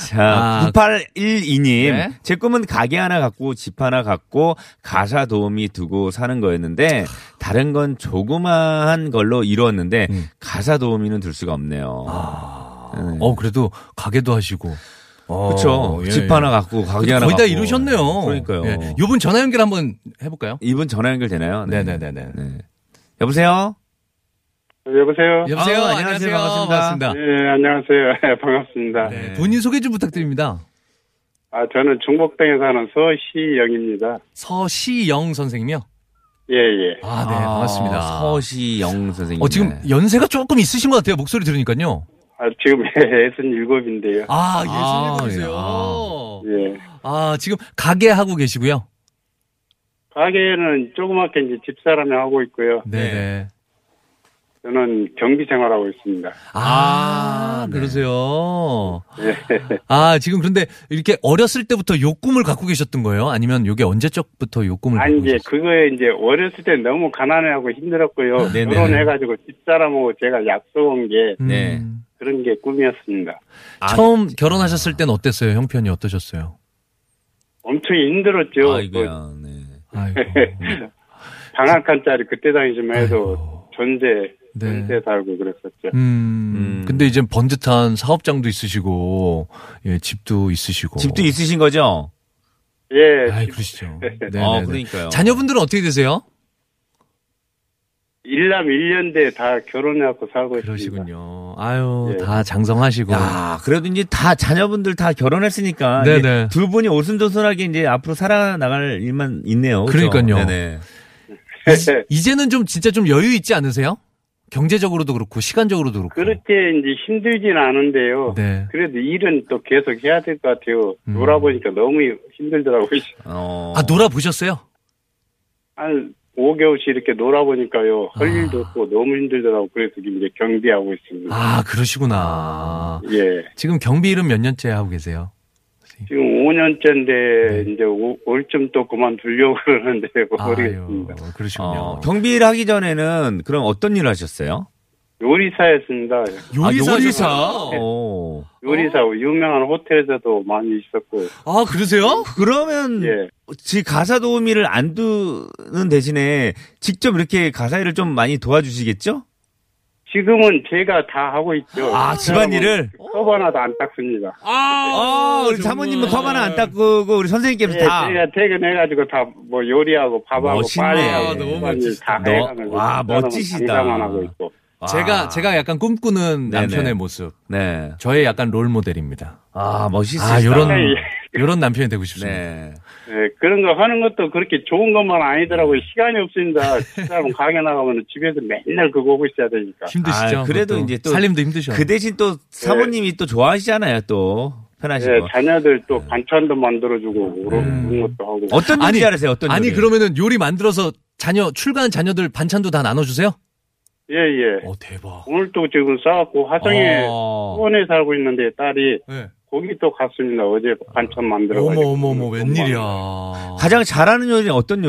[SPEAKER 3] 자,
[SPEAKER 2] 아,
[SPEAKER 3] 9812님.
[SPEAKER 2] 네.
[SPEAKER 3] 제 꿈은 가게 하나 갖고 집 하나 갖고 가사 도우미 두고 사는 거였는데 다른 건 조그마한 걸로 이루었는데
[SPEAKER 2] 음.
[SPEAKER 3] 가사 도우미는 둘 수가 없네요.
[SPEAKER 2] 아, 어 그래도 가게도 하시고. 어,
[SPEAKER 3] 그렇죠.
[SPEAKER 2] 예,
[SPEAKER 3] 집
[SPEAKER 2] 예.
[SPEAKER 3] 하나 갖고 가게
[SPEAKER 2] 거의
[SPEAKER 3] 하나
[SPEAKER 2] 다
[SPEAKER 3] 갖고.
[SPEAKER 2] 이루셨네요.
[SPEAKER 3] 그러니까요.
[SPEAKER 2] 예. 요분 전화 연결 한번 해볼까요?
[SPEAKER 3] 이분 전화 연결 되나요? 네.
[SPEAKER 2] 네네네네.
[SPEAKER 3] 네. 여보세요?
[SPEAKER 6] 여보세요.
[SPEAKER 2] 여보세요.
[SPEAKER 3] 아, 안녕하세요.
[SPEAKER 2] 안녕하세요.
[SPEAKER 3] 반갑습니다.
[SPEAKER 6] 예, 안녕하세요. 예, 반갑습니다.
[SPEAKER 2] 네, 본인 소개 좀 부탁드립니다.
[SPEAKER 6] 아, 저는 중복동에 사는 서시영입니다.
[SPEAKER 2] 서시영 선생님이요.
[SPEAKER 6] 예, 예.
[SPEAKER 2] 아, 네, 반갑습니다.
[SPEAKER 3] 서시영 선생님. 네.
[SPEAKER 2] 어, 지금 연세가 조금 있으신 것 같아요. 목소리 들으니까요.
[SPEAKER 6] 아, 지금 67인데요.
[SPEAKER 2] 아,
[SPEAKER 3] 아,
[SPEAKER 2] 예술이세요. 아,
[SPEAKER 6] 예.
[SPEAKER 2] 지금 가게 하고 계시고요.
[SPEAKER 6] 가게는 조그맣게 이제 집사람이 하고 있고요.
[SPEAKER 2] 네. 네.
[SPEAKER 6] 저는 경비 생활하고 있습니다.
[SPEAKER 2] 아,
[SPEAKER 3] 아, 네.
[SPEAKER 2] 그러세요. 아, 지금 그런데 이렇게 어렸을 때부터 요 꿈을 갖고 계셨던 거예요? 아니면 요게 언제적부터 요 꿈을
[SPEAKER 6] 아니,
[SPEAKER 2] 갖고
[SPEAKER 6] 이제
[SPEAKER 2] 계셨어요?
[SPEAKER 6] 그거에 이제 어렸을 때 너무 가난해하고 힘들었고요.
[SPEAKER 3] 네네.
[SPEAKER 6] 결혼해가지고 집사람하고 제가 약속한 게
[SPEAKER 2] 음,
[SPEAKER 3] 네.
[SPEAKER 6] 그런 게 꿈이었습니다.
[SPEAKER 3] 아,
[SPEAKER 2] 처음 결혼하셨을 땐 어땠어요? 형편이 어떠셨어요?
[SPEAKER 6] 엄청 힘들었죠. 그
[SPEAKER 3] 아이고야. 네.
[SPEAKER 2] 아이고.
[SPEAKER 6] 방학한짜리 그때 당시만 해도 존재,
[SPEAKER 2] 네.
[SPEAKER 6] 존재 살고 그랬었죠.
[SPEAKER 2] 음, 근데 이제 번듯한 사업장도 있으시고, 예, 집도 있으시고.
[SPEAKER 3] 집도 있으신 거죠?
[SPEAKER 6] 예,
[SPEAKER 2] 아, 그러시죠. 네,
[SPEAKER 3] 어,
[SPEAKER 2] 네, 네.
[SPEAKER 3] 그러니까요.
[SPEAKER 2] 자녀분들은 어떻게 되세요?
[SPEAKER 6] 일남 일년대 다 결혼해갖고 살고 있습니다.
[SPEAKER 2] 그러시군요. 아유,
[SPEAKER 6] 예.
[SPEAKER 2] 다 장성하시고.
[SPEAKER 3] 야, 그래도 이제 다 자녀분들 다 결혼했으니까 이제
[SPEAKER 2] 네. 네네.
[SPEAKER 3] 두 분이 오순도순하게 이제 앞으로 살아나갈 일만 있네요. 그죠?
[SPEAKER 2] 그러니까요.
[SPEAKER 3] 네네.
[SPEAKER 2] 이제는 좀 진짜 좀 여유 있지 않으세요? 경제적으로도 그렇고 시간적으로도 그렇고.
[SPEAKER 6] 그렇게 이제 힘들진 않은데요.
[SPEAKER 2] 네.
[SPEAKER 6] 그래도 일은 또 계속 해야 될 것 같아요.
[SPEAKER 2] 음.
[SPEAKER 6] 놀아보니까 너무 힘들더라고요.
[SPEAKER 3] 어.
[SPEAKER 2] 아, 놀아 보셨어요?
[SPEAKER 6] 한 5개월씩 이렇게 놀아보니까요. 할 일도 없고 너무 힘들더라고요. 그래서 이제 경비하고 있습니다.
[SPEAKER 2] 아, 그러시구나.
[SPEAKER 6] 예.
[SPEAKER 2] 지금 경비 일은 몇 년째 하고 계세요?
[SPEAKER 6] 지금 5년째인데
[SPEAKER 2] 네.
[SPEAKER 6] 이제 오- 올쯤 또 그만두려고 그러는데 모르겠습니다.
[SPEAKER 2] 아유, 그러시군요.
[SPEAKER 3] 어, 경비를 하기 전에는 그럼 어떤 일을 하셨어요?
[SPEAKER 6] 요리사였습니다.
[SPEAKER 3] 아, 요리사.
[SPEAKER 2] 하셨어요?
[SPEAKER 3] 어.
[SPEAKER 6] 요리사 유명한 호텔에서도 많이 있었고
[SPEAKER 2] 아, 그러세요?
[SPEAKER 3] 그러면
[SPEAKER 6] 예.
[SPEAKER 3] 지 가사 도우미를 안 두는 대신에 직접 이렇게 가사 일을 좀 많이 도와주시겠죠?
[SPEAKER 6] 지금은 제가 다 하고 있죠.
[SPEAKER 3] 아, 집안일을?
[SPEAKER 6] 컵 하나도 안 닦습니다.
[SPEAKER 3] 아, 우리 사모님도 컵 하나 안 닦고 우리 선생님께서
[SPEAKER 6] 예,
[SPEAKER 3] 아, 다.
[SPEAKER 6] 제가 퇴근해가지고 다 뭐 요리하고 밥하고
[SPEAKER 3] 멋있네.
[SPEAKER 6] 빨래하고
[SPEAKER 3] 아, 너무
[SPEAKER 6] 집안일
[SPEAKER 3] 멋지시다.
[SPEAKER 6] 다
[SPEAKER 3] 너-
[SPEAKER 6] 해가면서
[SPEAKER 3] 와,
[SPEAKER 6] 집사람은
[SPEAKER 3] 멋지시다.
[SPEAKER 6] 장사만 하고 있고.
[SPEAKER 2] 아. 제가 제가 약간 꿈꾸는
[SPEAKER 3] 네네.
[SPEAKER 2] 남편의 모습.
[SPEAKER 3] 네.
[SPEAKER 2] 저의 약간 롤 모델입니다.
[SPEAKER 3] 아, 멋있으시다.
[SPEAKER 2] 아, 요런
[SPEAKER 6] 네.
[SPEAKER 2] 요런 남편이 되고 싶습니다.
[SPEAKER 3] 네.
[SPEAKER 6] 예, 그런 거 하는 것도 그렇게 좋은 것만
[SPEAKER 3] 음.
[SPEAKER 6] 아니더라고요. 시간이 없습니다. 사람 가게 나가면 집에서 맨날 그거 하고 있어야 되니까.
[SPEAKER 2] 힘드시죠?
[SPEAKER 3] 아, 그래도
[SPEAKER 2] 그것도.
[SPEAKER 3] 이제 또
[SPEAKER 2] 살림도 힘드셔.
[SPEAKER 3] 그 대신 또 사모님이 또 좋아하시잖아요, 또.
[SPEAKER 6] 예,
[SPEAKER 3] 편하시고.
[SPEAKER 6] 자녀들 또 반찬도 만들어주고 그런 것도 하고.
[SPEAKER 3] 음. 어떤 요리 잘하세요, 어떤
[SPEAKER 2] 아니
[SPEAKER 3] 요리?
[SPEAKER 2] 그러면은 요리 만들어서 자녀 출간 자녀들 반찬도 다 나눠주세요?
[SPEAKER 6] 예,
[SPEAKER 3] 네.
[SPEAKER 6] 예.
[SPEAKER 2] 어 대박. 아.
[SPEAKER 6] 오늘도 지금 싸갖고 화성에
[SPEAKER 3] 어.
[SPEAKER 6] 수원에 살고 있는데 딸이
[SPEAKER 2] 네.
[SPEAKER 6] 거기 또 갔습니다. 어제 반찬 만들어가지고.
[SPEAKER 2] 어머 어머 어머 웬일이야.
[SPEAKER 3] 어. 가장 잘하는 요리는 어떤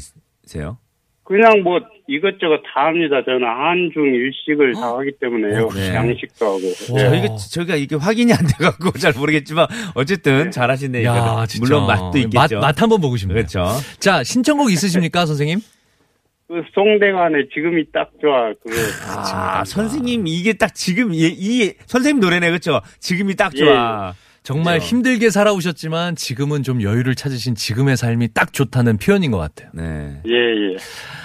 [SPEAKER 3] 요리세요?
[SPEAKER 6] 그냥 뭐 이것저것 다 합니다. 저는 한중 일식을 다 하기
[SPEAKER 2] 어,
[SPEAKER 6] 때문에요.
[SPEAKER 3] 그래요?
[SPEAKER 6] 양식도 하고.
[SPEAKER 2] 와.
[SPEAKER 6] 예.
[SPEAKER 3] 저희가, 저희가 이게 확인이 안 돼갖고 잘 모르겠지만 어쨌든 잘하시네.
[SPEAKER 2] 야,
[SPEAKER 3] 이거는.
[SPEAKER 2] 진짜. 어,
[SPEAKER 3] 물론 맛도
[SPEAKER 2] 맛,
[SPEAKER 3] 있겠죠.
[SPEAKER 2] 맛 한번 보고 싶네요.
[SPEAKER 3] 그렇죠.
[SPEAKER 2] 자, 신청곡 있으십니까, 선생님?
[SPEAKER 6] 그 송대관의 지금이 딱 좋아. 그
[SPEAKER 3] 아, 선생님 이게 딱 지금 이, 이 선생님 노래네 그렇죠. 지금이 딱 좋아.
[SPEAKER 2] 정말
[SPEAKER 3] 그렇죠.
[SPEAKER 2] 힘들게 살아오셨지만 지금은 좀 여유를 찾으신 지금의 삶이 딱 좋다는 표현인 것 같아요.
[SPEAKER 3] 네.
[SPEAKER 6] 예, 예.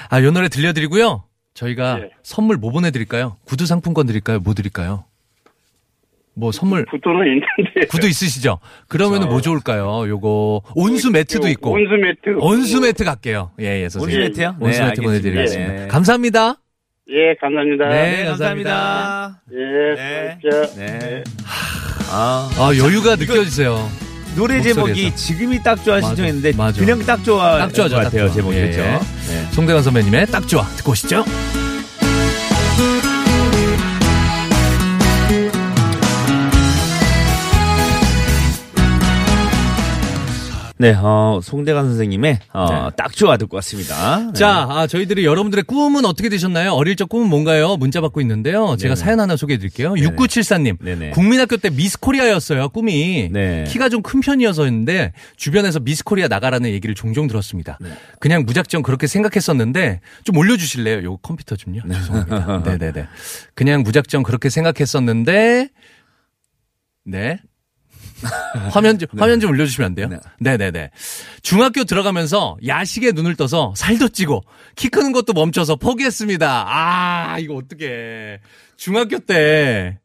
[SPEAKER 2] 아, 요 노래 들려드리고요. 저희가
[SPEAKER 6] 예.
[SPEAKER 2] 선물 뭐 보내드릴까요? 구두 상품권 드릴까요? 뭐 드릴까요? 뭐 선물,
[SPEAKER 6] 구두는 있는데.
[SPEAKER 2] 구두
[SPEAKER 3] 네.
[SPEAKER 2] 있으시죠? 그러면은 뭐 좋을까요? 요거, 온수 매트도 있고.
[SPEAKER 6] 온수 매트.
[SPEAKER 2] 온수 매트 갈게요. 예, 예, 선생님.
[SPEAKER 3] 온수 매트요?
[SPEAKER 2] 온수
[SPEAKER 3] 네,
[SPEAKER 2] 매트
[SPEAKER 3] 알겠습니다.
[SPEAKER 2] 보내드리겠습니다.
[SPEAKER 3] 네.
[SPEAKER 2] 감사합니다.
[SPEAKER 6] 예, 감사합니다.
[SPEAKER 2] 네,
[SPEAKER 3] 감사합니다.
[SPEAKER 6] 예,
[SPEAKER 3] 네.
[SPEAKER 6] 진짜.
[SPEAKER 3] 네. 아,
[SPEAKER 2] 아, 여유가 느껴지세요.
[SPEAKER 3] 노래
[SPEAKER 2] 목소리에서.
[SPEAKER 3] 제목이 지금이 딱 좋아
[SPEAKER 2] 맞아,
[SPEAKER 3] 신청했는데
[SPEAKER 2] 맞아.
[SPEAKER 3] 그냥 딱 좋아
[SPEAKER 2] 딱 좋아죠,
[SPEAKER 3] 것
[SPEAKER 2] 딱
[SPEAKER 3] 같아요
[SPEAKER 2] 좋아.
[SPEAKER 3] 제목이
[SPEAKER 2] 예,
[SPEAKER 3] 그렇죠.
[SPEAKER 2] 예.
[SPEAKER 3] 네.
[SPEAKER 2] 송대관 선배님의 딱 좋아. 듣고 오시죠.
[SPEAKER 3] 네, 어, 송대관 선생님의 어,
[SPEAKER 2] 네.
[SPEAKER 3] 딱 좋아 듣고 왔습니다.
[SPEAKER 2] 자, 아, 저희들이 여러분들의 꿈은 어떻게 되셨나요? 어릴 적 꿈은 뭔가요? 문자 받고 있는데요.
[SPEAKER 3] 네네.
[SPEAKER 2] 제가 사연 하나 소개해 드릴게요. 6974님.
[SPEAKER 3] 네네.
[SPEAKER 2] 국민학교 때 미스 코리아였어요, 꿈이.
[SPEAKER 3] 네.
[SPEAKER 2] 키가 좀 큰 편이어서였는데, 주변에서 미스 코리아 나가라는 얘기를 종종 들었습니다.
[SPEAKER 3] 네.
[SPEAKER 2] 그냥 무작정 그렇게 생각했었는데, 좀 올려주실래요? 요 컴퓨터 좀요. 죄송합니다. 네네네. 그냥 무작정 그렇게 생각했었는데, 네.
[SPEAKER 3] 네.
[SPEAKER 2] 화면 좀, 화면 좀 올려주시면 안 돼요? 네. 네네 중학교 들어가면서 야식에 눈을 떠서 살도 찌고 키 크는 것도 멈춰서 포기했습니다. 아, 이거 어떡해. 중학교 때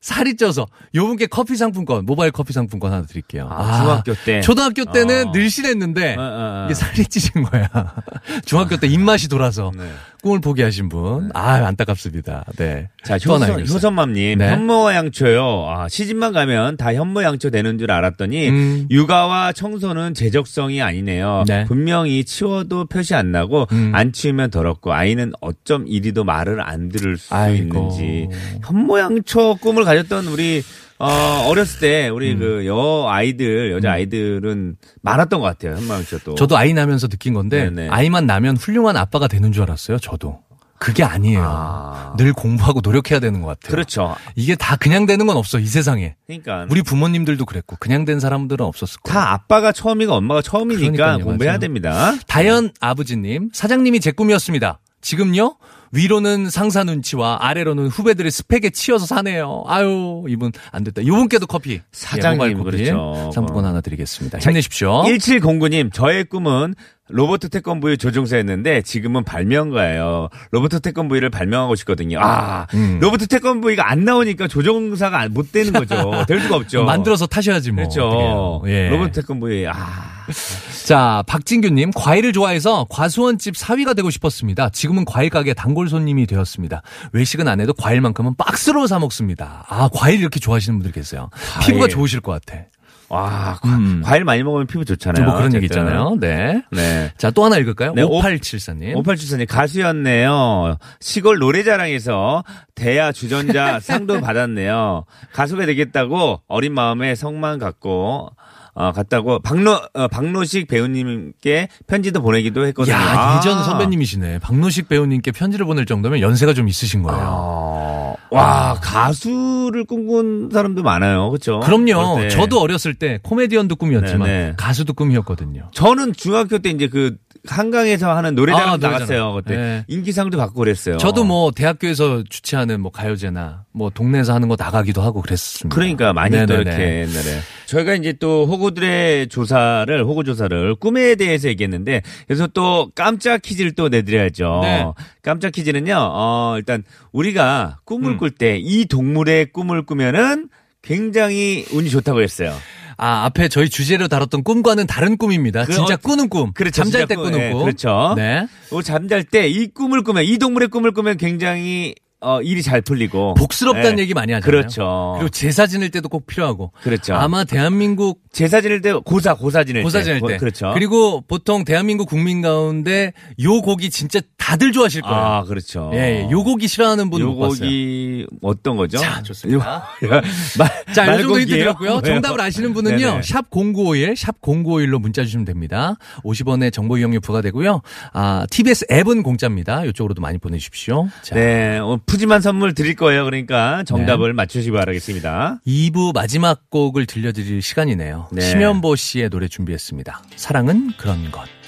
[SPEAKER 2] 살이 쪄서 요분께 커피 상품권, 모바일 커피 상품권 하나 드릴게요.
[SPEAKER 3] 아, 중학교 때.
[SPEAKER 2] 초등학교 때는
[SPEAKER 3] 어.
[SPEAKER 2] 늘씬했는데
[SPEAKER 3] 어, 어, 어.
[SPEAKER 2] 이게 살이 찌신 거야. 중학교 때 입맛이 돌아서
[SPEAKER 3] 네.
[SPEAKER 2] 꿈을 포기하신 분. 아, 안타깝습니다. 네.
[SPEAKER 3] 자,
[SPEAKER 2] 또 하나
[SPEAKER 3] 효선,
[SPEAKER 2] 해결사.
[SPEAKER 3] 효선맘님.
[SPEAKER 2] 네.
[SPEAKER 3] 현모와 양초요. 아, 시집만 가면 다 현모 양초 되는 줄 알았더니,
[SPEAKER 2] 음.
[SPEAKER 3] 육아와 청소는 제적성이 아니네요.
[SPEAKER 2] 네. 음.
[SPEAKER 3] 분명히 치워도 표시 안 나고, 안 치우면 더럽고, 아이는 어쩜 이리도 말을 안 들을 수
[SPEAKER 2] 아이고.
[SPEAKER 3] 있는지. 현모 양초 꿈을 가졌던 우리, 어, 어렸을 때,
[SPEAKER 2] 음.
[SPEAKER 3] 우리 그, 여 아이들, 여자 아이들은 많았던 것 같아요. 현모 양초 또.
[SPEAKER 2] 저도 아이 나면서 느낀 건데
[SPEAKER 3] 네네.
[SPEAKER 2] 아이만 나면 훌륭한 아빠가 되는 줄 알았어요. 저도 그게 아니에요.
[SPEAKER 3] 아.
[SPEAKER 2] 늘 공부하고 노력해야 되는 것 같아요.
[SPEAKER 3] 그렇죠.
[SPEAKER 2] 이게 다 그냥 되는 건 없어 이 세상에.
[SPEAKER 3] 그러니까.
[SPEAKER 2] 우리 부모님들도 그랬고 그냥 된 사람들은 없었을 거예요.
[SPEAKER 3] 다 아빠가 처음이고 엄마가 처음이니까
[SPEAKER 2] 그러니까요,
[SPEAKER 3] 공부해야
[SPEAKER 2] 맞아요.
[SPEAKER 3] 됩니다.
[SPEAKER 2] 다현 아버지님 사장님이 제 꿈이었습니다. 지금요 위로는 상사 눈치와 아래로는 후배들의 스펙에 치여서 사네요. 아유 이분 안 됐다. 이분께도 커피 예,
[SPEAKER 3] 사장님,
[SPEAKER 2] 모바일 커피
[SPEAKER 3] 그렇죠.
[SPEAKER 2] 상품권 하나 드리겠습니다. 힘내십시오.
[SPEAKER 3] 1709님, 저의 꿈은 로버트 태권브이 조종사였는데 지금은 발명가예요. 로버트 태권브이를 발명하고 싶거든요. 아,
[SPEAKER 2] 음.
[SPEAKER 3] 로버트 태권브이가 안 나오니까 조종사가 안- 못 되는 거죠. 될 수가 없죠.
[SPEAKER 2] 만들어서 타셔야지 뭐.
[SPEAKER 3] 그렇죠.
[SPEAKER 2] 어떡해요. 예.
[SPEAKER 3] 로버트 태권브이, 아.
[SPEAKER 2] 자, 박진규님, 과일을 좋아해서 과수원집 사위가 되고 싶었습니다. 지금은 과일 가게 단골 손님이 되었습니다. 외식은 안 해도 과일만큼은 박스로 사 먹습니다. 아, 과일 이렇게 좋아하시는 분들 계세요. 피부가 좋으실 것 같아.
[SPEAKER 3] 와, 과- 과일 많이 먹으면 피부 좋잖아요.
[SPEAKER 2] 음. 뭐 그런 얘기
[SPEAKER 3] 어쨌든.
[SPEAKER 2] 있잖아요. 네.
[SPEAKER 3] 네.
[SPEAKER 2] 자, 또 하나 읽을까요?
[SPEAKER 3] 네,
[SPEAKER 2] 5874님.
[SPEAKER 3] 5874님 가수였네요. 시골 노래자랑에서 대야 주전자 상도 받았네요. 가수가 되겠다고 어린 마음에 성만 갖고 어, 갔다고 박노 어, 박노식 배우님께 편지도 보내기도 했거든요.
[SPEAKER 2] 야, 예전
[SPEAKER 3] 아.
[SPEAKER 2] 선배님이시네. 박노식 배우님께 편지를 보낼 정도면 연세가 좀 있으신 거예요.
[SPEAKER 3] 어, 와 가수를 꿈꾼 사람도 많아요. 그렇죠?
[SPEAKER 2] 그럼요. 저도 어렸을 때 코미디언도 꿈이었지만
[SPEAKER 3] 네, 네.
[SPEAKER 2] 가수도 꿈이었거든요.
[SPEAKER 3] 저는 중학교 때 이제 그 한강에서 하는 노래자랑
[SPEAKER 2] 아, 노래자랑.
[SPEAKER 3] 나갔어요 그때
[SPEAKER 2] 네.
[SPEAKER 3] 인기상도 받고 그랬어요.
[SPEAKER 2] 저도 뭐 대학교에서 주최하는 뭐 가요제나 뭐 동네에서 하는 거 나가기도 하고 그랬습니다.
[SPEAKER 3] 그러니까 많이 또
[SPEAKER 2] 음. 네네네.
[SPEAKER 3] 이렇게 옛날에 저희가 이제 또 호구들의 조사를 호구 조사를 꿈에 대해서 얘기했는데 그래서 또 깜짝 퀴즈를 또 내드려야죠.
[SPEAKER 2] 네.
[SPEAKER 3] 깜짝 퀴즈는요. 어 일단 우리가
[SPEAKER 2] 음.
[SPEAKER 3] 꿈을 꿀 때 이 동물의 꿈을 꾸면은 굉장히 운이 좋다고 했어요.
[SPEAKER 2] 아 앞에 저희 주제로 다뤘던 꿈과는 다른 꿈입니다.
[SPEAKER 3] 그
[SPEAKER 2] 진짜
[SPEAKER 3] 어-
[SPEAKER 2] 꾸는 꿈.
[SPEAKER 3] 그렇죠,
[SPEAKER 2] 잠잘
[SPEAKER 3] 진짜
[SPEAKER 2] 때
[SPEAKER 3] 꿈.
[SPEAKER 2] 꾸는
[SPEAKER 3] 예,
[SPEAKER 2] 꿈.
[SPEAKER 3] 그렇죠.
[SPEAKER 2] 네.
[SPEAKER 3] 어, 잠잘 때 이 꿈을 꾸면 이 동물의 꿈을 꾸면 굉장히 어 일이 잘 풀리고
[SPEAKER 2] 복스럽다는
[SPEAKER 3] 예.
[SPEAKER 2] 얘기 많이 하잖아요.
[SPEAKER 3] 그렇죠.
[SPEAKER 2] 그리고 제사 지낼 때도 꼭 필요하고.
[SPEAKER 3] 그렇죠.
[SPEAKER 2] 아마 대한민국
[SPEAKER 3] 제사 지낼 때 고사 고사 지낼
[SPEAKER 2] 고사
[SPEAKER 3] 때.
[SPEAKER 2] 지낼
[SPEAKER 3] 고-
[SPEAKER 2] 때.
[SPEAKER 3] 그렇죠.
[SPEAKER 2] 그리고 보통 대한민국 국민 가운데 요 곡이 진짜 다들 좋아하실 거예요.
[SPEAKER 3] 아 그렇죠.
[SPEAKER 2] 예, 예. 요 곡이 싫어하는 분못 봤어요.
[SPEAKER 3] 요곡이 어떤 거죠?
[SPEAKER 2] 자, 좋습니다.
[SPEAKER 3] 요- 마-
[SPEAKER 2] 자, 요 정도
[SPEAKER 3] 말곡이에요? 네.
[SPEAKER 2] 힌트 드렸고요.
[SPEAKER 3] 뭐예요?
[SPEAKER 2] 정답을 아시는 분은요.
[SPEAKER 3] 네네.
[SPEAKER 2] 샵 0951, 샵 0951로 문자 주시면 됩니다. 50원의 정보 이용료 부과되고요. 아, TBS 앱은 공짜입니다. 이쪽으로도 많이 보내주십시오. 자,
[SPEAKER 3] 네, 어, 푸짐한 선물 드릴 거예요.
[SPEAKER 2] 네.
[SPEAKER 3] 그러니까 정답을 맞추시기 바라겠습니다.
[SPEAKER 2] 2부 마지막 곡을 들려드릴 시간이네요.
[SPEAKER 3] 네.
[SPEAKER 2] 심연보 씨의 노래 준비했습니다. 사랑은 그런 것.